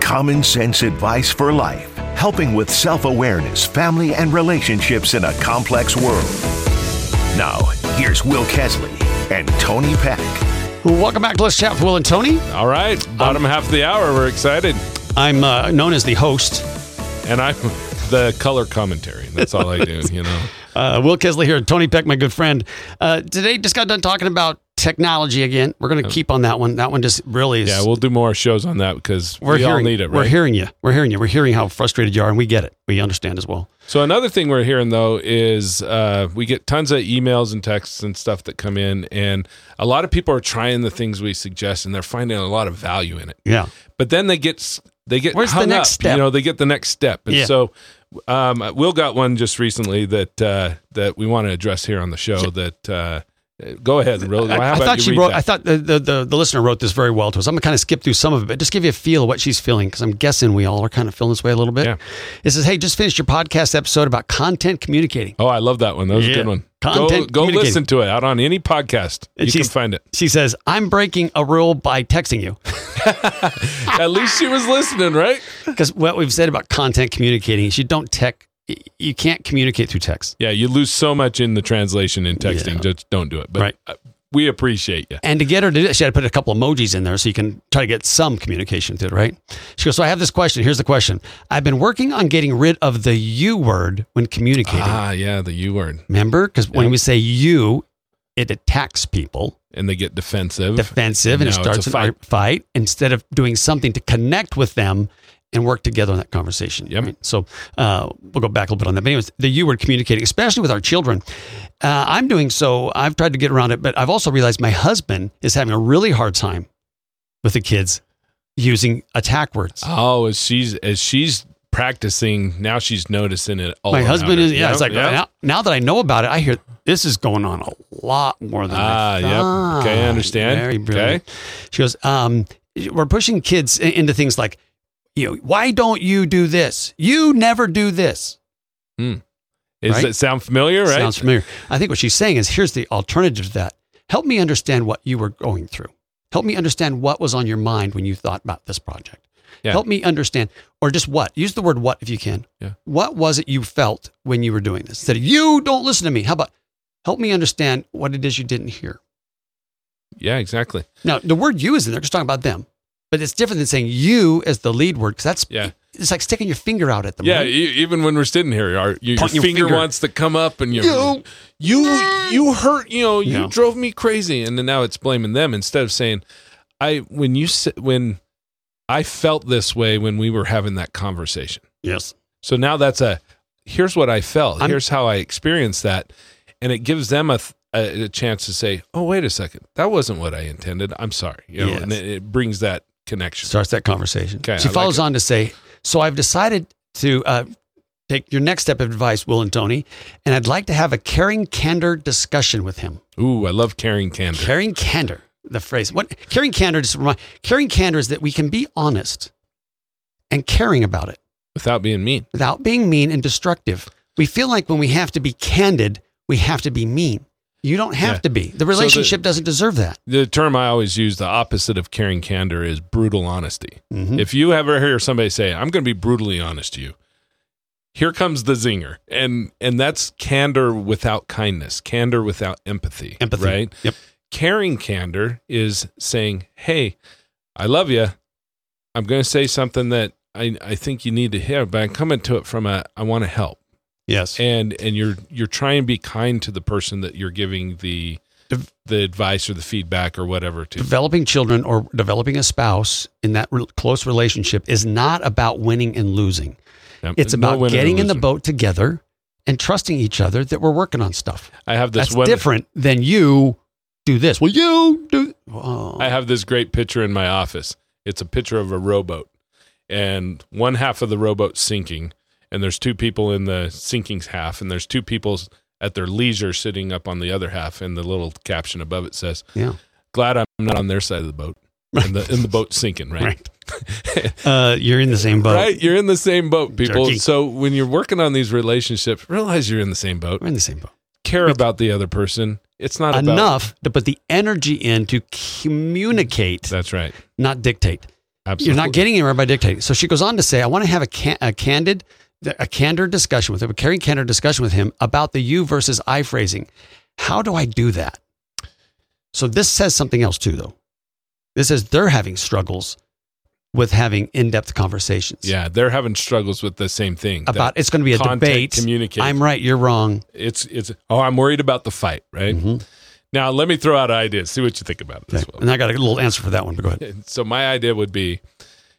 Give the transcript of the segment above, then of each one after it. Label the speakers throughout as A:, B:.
A: common sense advice for life, helping with self awareness, family, and relationships in a complex world. Now, here's Will Kesley and Tony Peck.
B: Welcome back to Let's Chat with Will and Tony.
C: All right,
B: Um,
C: bottom half of the hour. We're excited,
B: I'm uh, known as the host.
C: and I'm the color commentary. That's all I do. You know,
B: Uh, Will Kesley here, Tony Peck, my good friend. Uh, today, just got done talking about technology again. We're going to keep on that one. That one just really is.
C: yeah, we'll do more shows on that because we
B: we're hearing,
C: all need it. Right?
B: We're hearing you. We're hearing you. We're hearing how frustrated you are, and we get it. We understand as well.
C: So another thing we're hearing though is uh, we get tons of emails and texts and stuff that come in, and a lot of people are trying the things we suggest, and they're finding a lot of value in it.
B: Yeah.
C: But then they get s- they get
B: Where's the
C: hung
B: next
C: up,
B: step?
C: You know, they get the next step, and
B: Yeah.
C: so um, Will got one just recently that uh, that we want to address here on the show. That uh, go ahead, Will. How
B: I, I
C: about
B: thought
C: you
B: she
C: read
B: wrote.
C: that?
B: I thought the, the, the, the listener wrote this very well to us. I'm gonna kind of skip through some of it, but just give you a feel of what she's feeling because I'm guessing we all are kind of feeling this way a little bit.
C: Yeah.
B: It says, "Hey, just finished your podcast episode about content communicating."
C: Oh, I love that one. That was
B: Yeah.
C: a good one.
B: Content
C: go go
B: communicating.
C: listen to it out on any podcast.
B: And
C: you can
B: she's-
C: find it.
B: She says, "I'm breaking a rule by texting you
C: At least she was listening, right?
B: because what we've said about content communicating is you don't tech, y- you can't communicate through text."
C: Yeah, you lose so much in the translation and texting. Just don't do it. But
B: Right.
C: uh, we appreciate you.
B: And to get her to do that, she had to put a couple emojis in there so you can try to get some communication through it, right? She goes, So I have this question. Here's the question I've been working on getting rid of the you word when communicating.
C: Ah, yeah, the U word,
B: Remember? Because when we say you, it attacks people,
C: and they get defensive.
B: defensive, and it
C: No, it's a
B: starts an
C: fight.
B: ar- fight instead of doing something to connect with them and work together in that conversation.
C: Yep.
B: So uh, we'll go back a little bit on that. But, anyways, the you word communicating, especially with our children. Uh, I'm doing so, I've tried to get around it, but I've also realized my husband is having a really hard time with the kids using attack words.
C: oh, as she's as she's practicing now, she's noticing it. all
B: my
C: around
B: husband
C: her.
B: is, yeah, it's like,
C: Oh, Yep.
B: Now, now that I know about it, I hear this is going on a lot more than
C: Ah,
B: I
C: yep.
B: thought.
C: Okay, I understand.
B: Very brilliant. She goes, um, we're pushing kids i- into things like, you know, why don't you do this? You never do this.
C: Is
B: right?
C: it sound familiar? Right.
B: Sounds familiar. I think what she's saying is, here's the alternative to that. Help me understand what you were going through. Help me understand what was on your mind when you thought about this project.
C: Yeah.
B: Help me understand, or just what. Use the word what if you can.
C: Yeah.
B: What was it you felt when you were doing this? That you don't listen to me. How about help me understand what it is you didn't hear?
C: yeah, exactly.
B: Now, the word you is in there, just talking about them, but it's different than saying you as the lead word because that's,
C: Yeah.
B: it's like sticking your finger out at them.
C: Yeah,
B: right?
C: e- even when we're sitting here, our, your, your
B: Pointing your
C: finger,
B: finger.
C: wants to come up, and you're,
B: You-
C: you, you, you hurt. You know, you
B: Yeah.
C: drove me crazy, and then now it's blaming them instead of saying, "I when you s- when I felt this way when we were having that conversation."
B: Yes.
C: So now that's a here's what I felt.
B: I'm-
C: here's how I experienced that, and it gives them a, th- a a chance to say, "Oh, wait a second, that wasn't what I intended. I'm sorry." You know,
B: Yes.
C: and it, it brings that connection.
B: starts that conversation.
C: Okay,
B: she
C: I like
B: follows
C: it.
B: on to say, "So I've decided to uh, take your next step of advice, Will and Tony, and I'd like to have a caring candor discussion with him.
C: Ooh, I love carrying candor.
B: Caring candor, the phrase. What caring candor? Just remind caring candor is that we can be honest and caring about it
C: without being mean.
B: without being mean and destructive. We feel like when we have to be candid, we have to be mean. You don't have
C: Yeah.
B: to be. The relationship doesn't deserve that.
C: the term I always use, the opposite of caring candor, is brutal honesty.
B: Mhm.
C: If you ever hear somebody say, "I'm going to be brutally honest to you," here comes the zinger, and and that's candor without kindness, candor without empathy,
B: Empathy.
C: right?
B: Yep.
C: Caring candor is saying, "Hey, I love you. I'm going to say something that I I think you need to hear, but I'm coming to it from a I want to help."
B: Yes.
C: and and you're you're trying to be kind to the person that you're giving the
B: Dev-
C: the advice or the feedback or whatever to
B: developing children or developing a spouse in that re- close relationship is not about winning and losing.
C: Yep.
B: It's
C: No
B: about
C: winner
B: getting in the
C: loser.
B: boat together and trusting each other that we're working on stuff.
C: I have this
B: That's
C: one.
B: different than you do this. Well, you do. Oh.
C: I have this great picture in my office. It's a picture of a rowboat, and one half of the rowboat's sinking, and there's two people in the sinking half, and there's two people at their leisure sitting up on the other half. And the little caption above it says,
B: yeah.
C: "Glad I'm not on their side of the boat." And the, and the boat's sinking, right?
B: Uh, you're in the same boat.
C: right? You're in the same boat, people.
B: Jerky.
C: So when you're working on these relationships, realize you're in the same boat.
B: We're in the same boat.
C: Care about the other person. It's not about
B: Enough to put the energy in to communicate,
C: That's right.
B: not dictate.
C: Absolutely.
B: You're not getting anywhere by dictating. So she goes on to say, I want to have a, can- a candid, a candor discussion with him, a caring candor discussion with him about the you versus I phrasing. How do I do that? So this says something else too, though. This says they're having struggles with having in-depth conversations.
C: Yeah, they're having struggles with the same thing. that
B: About it's going to be a
C: content
B: debate.
C: Communicate.
B: I'm right, you're wrong.
C: it's it's. Oh, I'm worried about the fight. Right
B: Mhm.
C: now, let me throw out an idea. See what you think about it as
B: Okay.
C: well.
B: And I got a little answer for that one, but go ahead.
C: And so my idea would be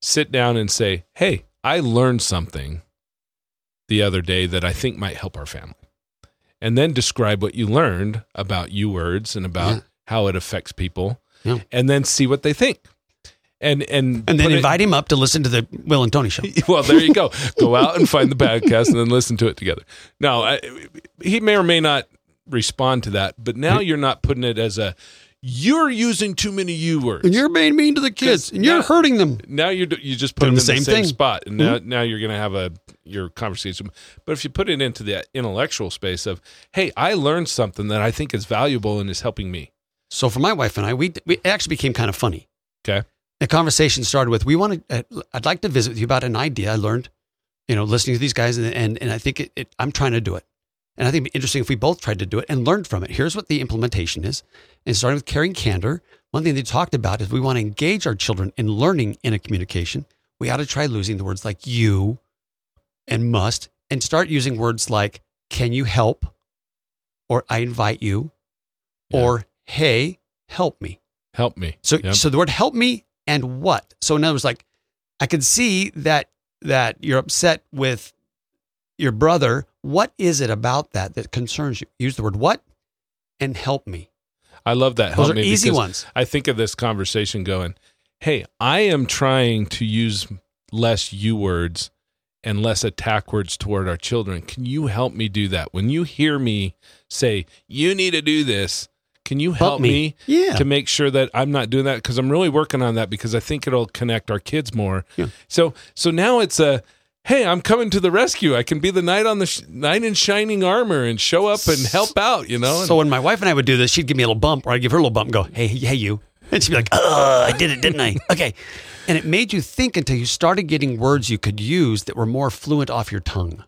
C: sit down and say, "Hey, I learned something the other day that I think might help our family." And then describe what you learned about you words and about
B: Yeah.
C: how it affects people
B: Yeah.
C: and then see what they think. And and
B: And then
C: put it-
B: invite him up to listen to the Will and Tony show.
C: well, there you go. Go out and find the podcast and then listen to it together. No, I, he may or may not respond to that, but now you're not putting it as a you're using too many U words.
B: And you're being mean to the kids, and you're
C: Yeah.
B: hurting them.
C: now you're do- you just put
B: Doing
C: them
B: the
C: in the
B: same
C: same,
B: thing. Mm-hmm.
C: spot, and now, now you're going to have a your conversation. But if you put it into the intellectual space of, hey, I learned something that I think is valuable and is helping me.
B: So for my wife and I, we we it actually became kind of funny.
C: Okay.
B: The conversation started with, "We want to. Uh, I'd like to visit with you about an idea I learned, you know, listening to these guys, and and, and I think it, it, I'm trying to do it, and I think it'd be interesting if we both tried to do it and learned from it. Here's what the implementation is, and starting with caring candor. One thing they talked about is we want to engage our children in learning in a communication. We ought to try losing the words like you, and must, and start using words like can you help, or I invite you,
C: Yeah.
B: or hey, help me.
C: Help me.
B: So,
C: Yep.
B: so the word help me and what? So in other words, like I could see that that you're upset with your brother. What is it about that that concerns you? Use the word what and help me.
C: I love that.
B: Those
C: Help
B: are
C: me
B: easy
C: because
B: ones.
C: I think of this conversation going, hey, I am trying to use less U words and less attack words toward our children. Can you help me do that? When you hear me say, you need to do this, can you help, me
B: Yeah.
C: to make sure that I'm not doing that because I'm really working on that because I think it'll connect our kids more.
B: Yeah.
C: So so now it's a hey, I'm coming to the rescue. I can be the knight on the sh- knight in shining armor and show up and help out. You know, And-
B: so when my wife and I would do this, she'd give me a little bump, or I'd give her a little bump and go, hey, hey, you. And she'd be like, oh, I did it, didn't I? Okay. And it made you think until you started getting words you could use that were more fluent off your tongue.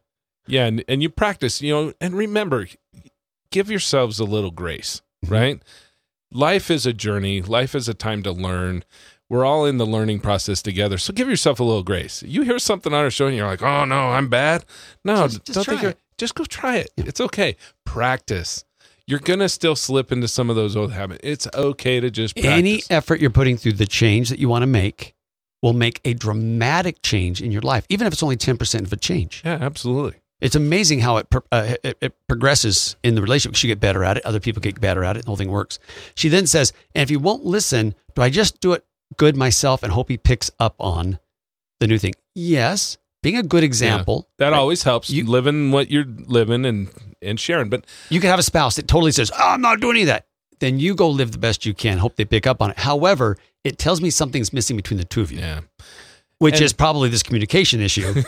C: yeah, and, and you practice. You know, and remember, give yourselves a little grace.
B: Mm-hmm.
C: Right, life is a journey. Life is a time to learn. We're all in the learning process together, so give yourself a little grace. You hear something on our show, and you're like, "Oh no, I'm bad." No,
B: Just- just
C: don't
B: try
C: think you're-
B: it.
C: just go try it. It's okay. Practice. You're gonna still slip into some of those old habits. It's okay to just practice.
B: Any effort you're putting through the change that you want to make will make a dramatic change in your life, even if it's only 10% of a change.
C: yeah, absolutely.
B: It's amazing how it, pro- uh, it, it progresses in the relationship. You get better at it, other people get better at it, the whole thing works. She then says, And if you won't listen, do I just do it good myself and hope he picks up on the new thing? Yes, being a good example.
C: That
B: right?
C: always helps.
B: You-
C: living what you're living and and sharing, but
B: You can have a spouse that totally says, oh, I'm not doing any of that. Then you go live the best you can, hope they pick up on it. However, it tells me something's missing between the two of you.
C: yeah,
B: which
C: And-
B: is probably this communication issue.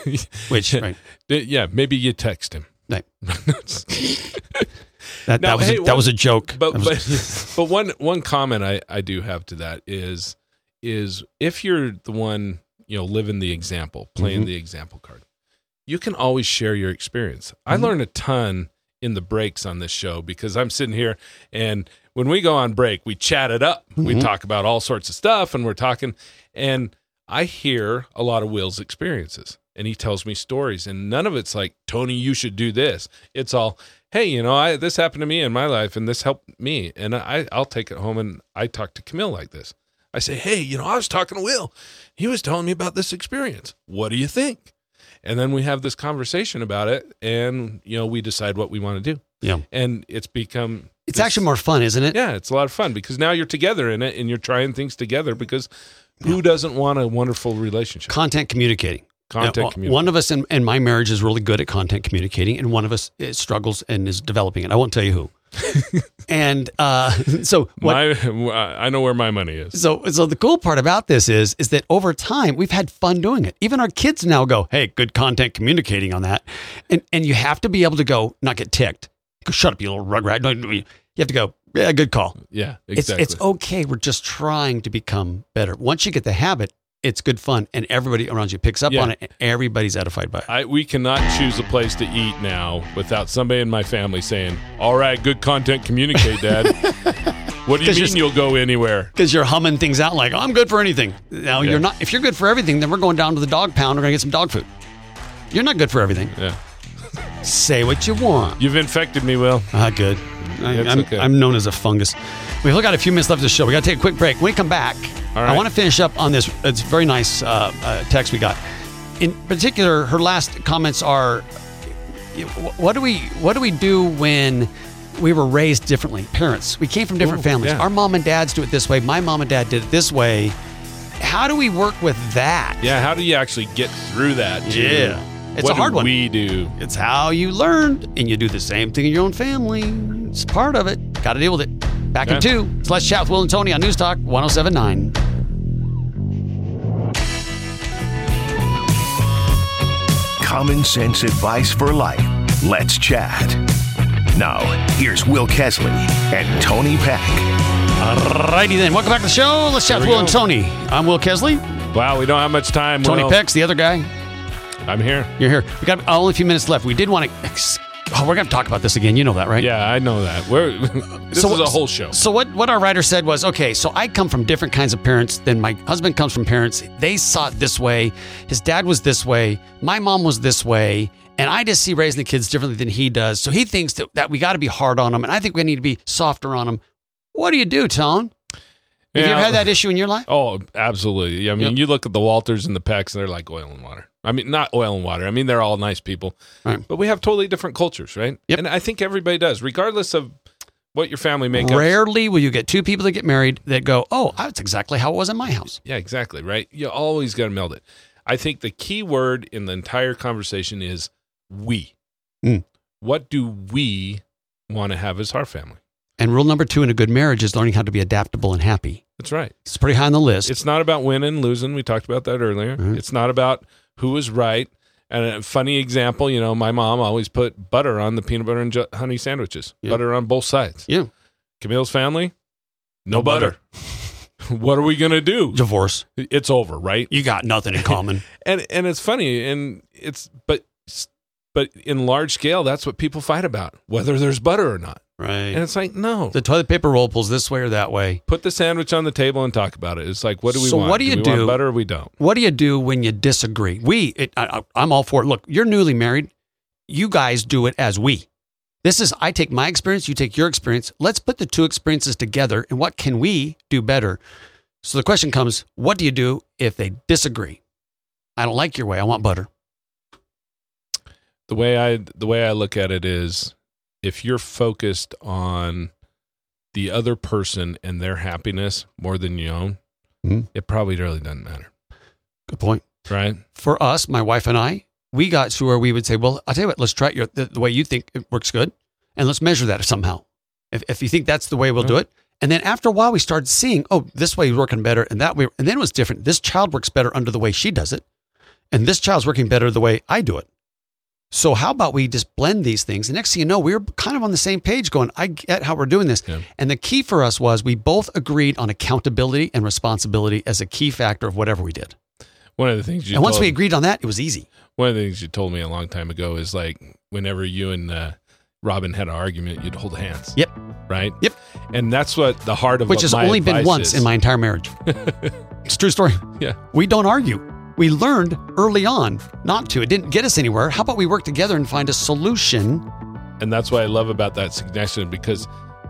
B: which right,
C: yeah. Maybe you text him.
B: Right. that, that
C: Now,
B: was
C: hey,
B: a, that
C: one-
B: was a joke.
C: but
B: That was-
C: but, but one one comment I, I do have to that is is if you're the one you know living the example playing
B: Mhm.
C: the example card you can always share your experience i
B: Mhm.
C: learn a ton in the breaks on this show because i'm sitting here and when we go on break we chat it up we
B: Mhm.
C: talk about all sorts of stuff and we're talking and i hear a lot of will's experiences and he tells me stories and none of it's like tony you should do this it's all hey you know i this happened to me in my life and this helped me and i i'll take it home and i talk to camille like this i say hey you know i was talking to will he was telling me about this experience what do you think and then we have this conversation about it and you know we decide what we want to do
B: Yeah.
C: and it's become
B: it's
C: this-
B: actually more fun, isn't it?
C: yeah it's a lot of fun because now you're together in it and you're trying things together because who doesn't want a wonderful relationship
B: Content communicating.
C: content
B: Now,
C: community
B: One of us in, in my marriage is really good at content communicating, and one of us is, struggles and is developing it. I won't tell you who. and uh, so what?
C: my, I know where my money is.
B: so so the cool part about this is is that over time we've had fun doing it. Even our kids now go, "Hey, good content communicating on that," and and you have to be able to go not get ticked. Go, Shut up, you little rugrat! You have to go. Yeah, good call.
C: Yeah, exactly.
B: It's, it's okay. We're just trying to become better. Once you get the habit, it's good fun, and everybody around you picks up
C: Yeah.
B: on it, and everybody's edified by it.
C: I, we cannot choose a place to eat now without somebody in my family saying, "All right, good content, communicate, Dad." what do you
B: 'Cause you're-
C: mean you'll go anywhere?
B: Because you're humming things out like, I'm good for anything. Now,
C: Yeah.
B: you're not, if you're good for everything, then we're going down to the dog pound. We're going to get some dog food. You're not good for everything.
C: Yeah,
B: Say what you want.
C: you've infected me, Will.
B: Ah, good. I,
C: That's
B: am
C: okay.
B: I'm known as a fungus. We've only got a few minutes left of the show. we got to take a quick break. When we come back,
C: All
B: I
C: right.
B: want to finish up on this. It's a very nice uh, uh, text we got. In particular, her last comments are wh- what do we what do we do when we were raised differently parents we came from different
C: Ooh,
B: families
C: yeah.
B: our mom and dads do it this way my mom and dad did it this way how do we work with that
C: Yeah, how do you actually get through that? to
B: Yeah. It's
C: what
B: a hard
C: do
B: one.
C: We do.
B: It's how you learned, and you do the same thing in your own family. It's part of it. Got to deal with it. Back
C: Yeah.
B: in two. It's Let's Chat with Will and Tony on News Talk 1079.
A: Common sense advice for life. Let's chat. Now, here's Will Kesley and Tony Pack.
B: Alrighty then. Welcome back to the show. Let's Chat
C: Here
B: with
C: we
B: Will and
C: go.
B: Tony. I'm Will Kesley.
C: Wow, we don't have much time.
B: Tony
C: Will.
B: Peck's the other guy.
C: I'm here.
B: You're here. We got only a few minutes left. We did want to. Oh, we're going to talk about this again. You know that, right?
C: Yeah, I know that. We're this
B: So
C: is
B: what-
C: a whole show.
B: So what what our writer said was, okay, so I come from different kinds of parents than my husband comes from parents. They saw it this way. His dad was this way. My mom was this way. And I just see raising the kids differently than he does. So he thinks that, that we got to be hard on them. And I think we need to be softer on them. What do you do, Tone? Have you
C: Yeah.
B: ever had that issue in your life?
C: Oh, absolutely. I mean,
B: Yep.
C: you look at the Walters and the Pecks, and they're like oil and water. I mean, not oil and water. I mean, they're all nice people,
B: Right.
C: but we have totally different cultures, right?
B: Yep.
C: And I think everybody does, regardless of what your family makeup.
B: Rarely will you get two people that get married that go, oh, that's exactly how it was in my house.
C: Yeah, exactly. Right. You always got to meld it. I think the key word in the entire conversation is we.
B: Mm.
C: What do we want to have as our family?
B: And rule number two in a good marriage is learning how to be adaptable and happy.
C: That's right.
B: It's pretty high on the list.
C: It's not about winning, losing. We talked about that earlier.
B: Mhm.
C: It's not about who was right. And a funny example, you know, my mom always put butter on the peanut butter and ju- honey sandwiches,
B: Yeah.
C: butter on both sides.
B: Yeah.
C: Camille's family, no, butter. what are we going to do?
B: divorce.
C: It's over, right?
B: You got nothing in common.
C: And and it's funny and it's but but in large scale that's what people fight about, whether there's butter or not.
B: Right.
C: And it's like, no.
B: the toilet paper roll pulls this way or that way.
C: Put the sandwich on the table and talk about it. It's like, what do we
B: So
C: want?
B: what do you
C: we want
B: do-
C: butter or we don't?
B: What do you do when you disagree? We, it, I, I- I'm all for it. Look, you're newly married. You guys do it as we. This is, I take my experience, you take your experience. Let's put the two experiences together and what can we do better? So the question comes what do you do if they disagree? I don't like your way. I want butter.
C: the way I the way I look at it is if you're focused on the other person and their happiness more than your own,
B: Mhm.
C: it probably really doesn't matter,
B: Good point.
C: right?
B: for us, my wife and I, we got to where we would say, well, I'll tell you what, let's try it your, the, the way you think it works good and let's measure that somehow. If, if you think that's the way we'll do it. And then after a while, we started seeing, oh, this way is working better and that way. And then it was different. This child works better under the way she does it. And this child's working better the way I do it. So how about we just blend these things? The next thing you know, we were kind of on the same page going, I get how we're doing this.
C: Yeah.
B: And the key for us was we both agreed on accountability and responsibility as a key factor of whatever we did.
C: One of the things you
B: and once
C: told-
B: we agreed on that, it was easy.
C: one of the things you told me a long time ago is like whenever you and uh, Robin had an argument, you'd hold hands.
B: Yep.
C: Right.
B: Yep.
C: And that's what the heart of
B: which
C: what
B: has
C: my
B: only been
C: advice
B: once
C: is.
B: in my entire marriage. it's a true story.
C: Yeah.
B: We don't argue. We learned early on not to. It didn't get us anywhere. How about we work together and find a solution?
C: and that's what I love about that suggestion because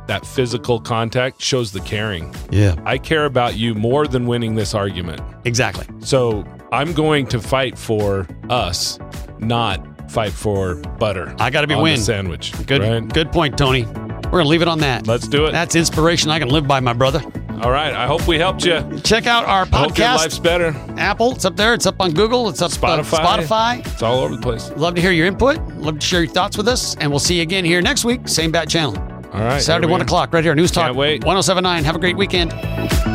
C: that physical contact shows the caring.
B: Yeah.
C: I care about you more than winning this argument.
B: Exactly.
C: So I'm going to fight for us, not fight for butter.
B: I gotta be
C: on
B: win.
C: the sandwich.
B: Good
C: right?
B: good point, Tony. We're gonna leave it on that.
C: Let's do it.
B: That's inspiration I can live by, my brother.
C: All right. I hope we helped you.
B: Check out our
C: I hope your life's
B: podcast.
C: better.
B: Apple, it's up there. It's up on Google. It's up on
C: Spotify.
B: Spotify.
C: It's all over the place.
B: Love to hear your input. Love to share your thoughts with us. And we'll see you again here next week. Same bat channel.
C: All right.
B: Saturday,
C: here we
B: 1
C: are.
B: o'clock, right here. News Talk
C: Can't wait.
B: 1079. Have a great weekend.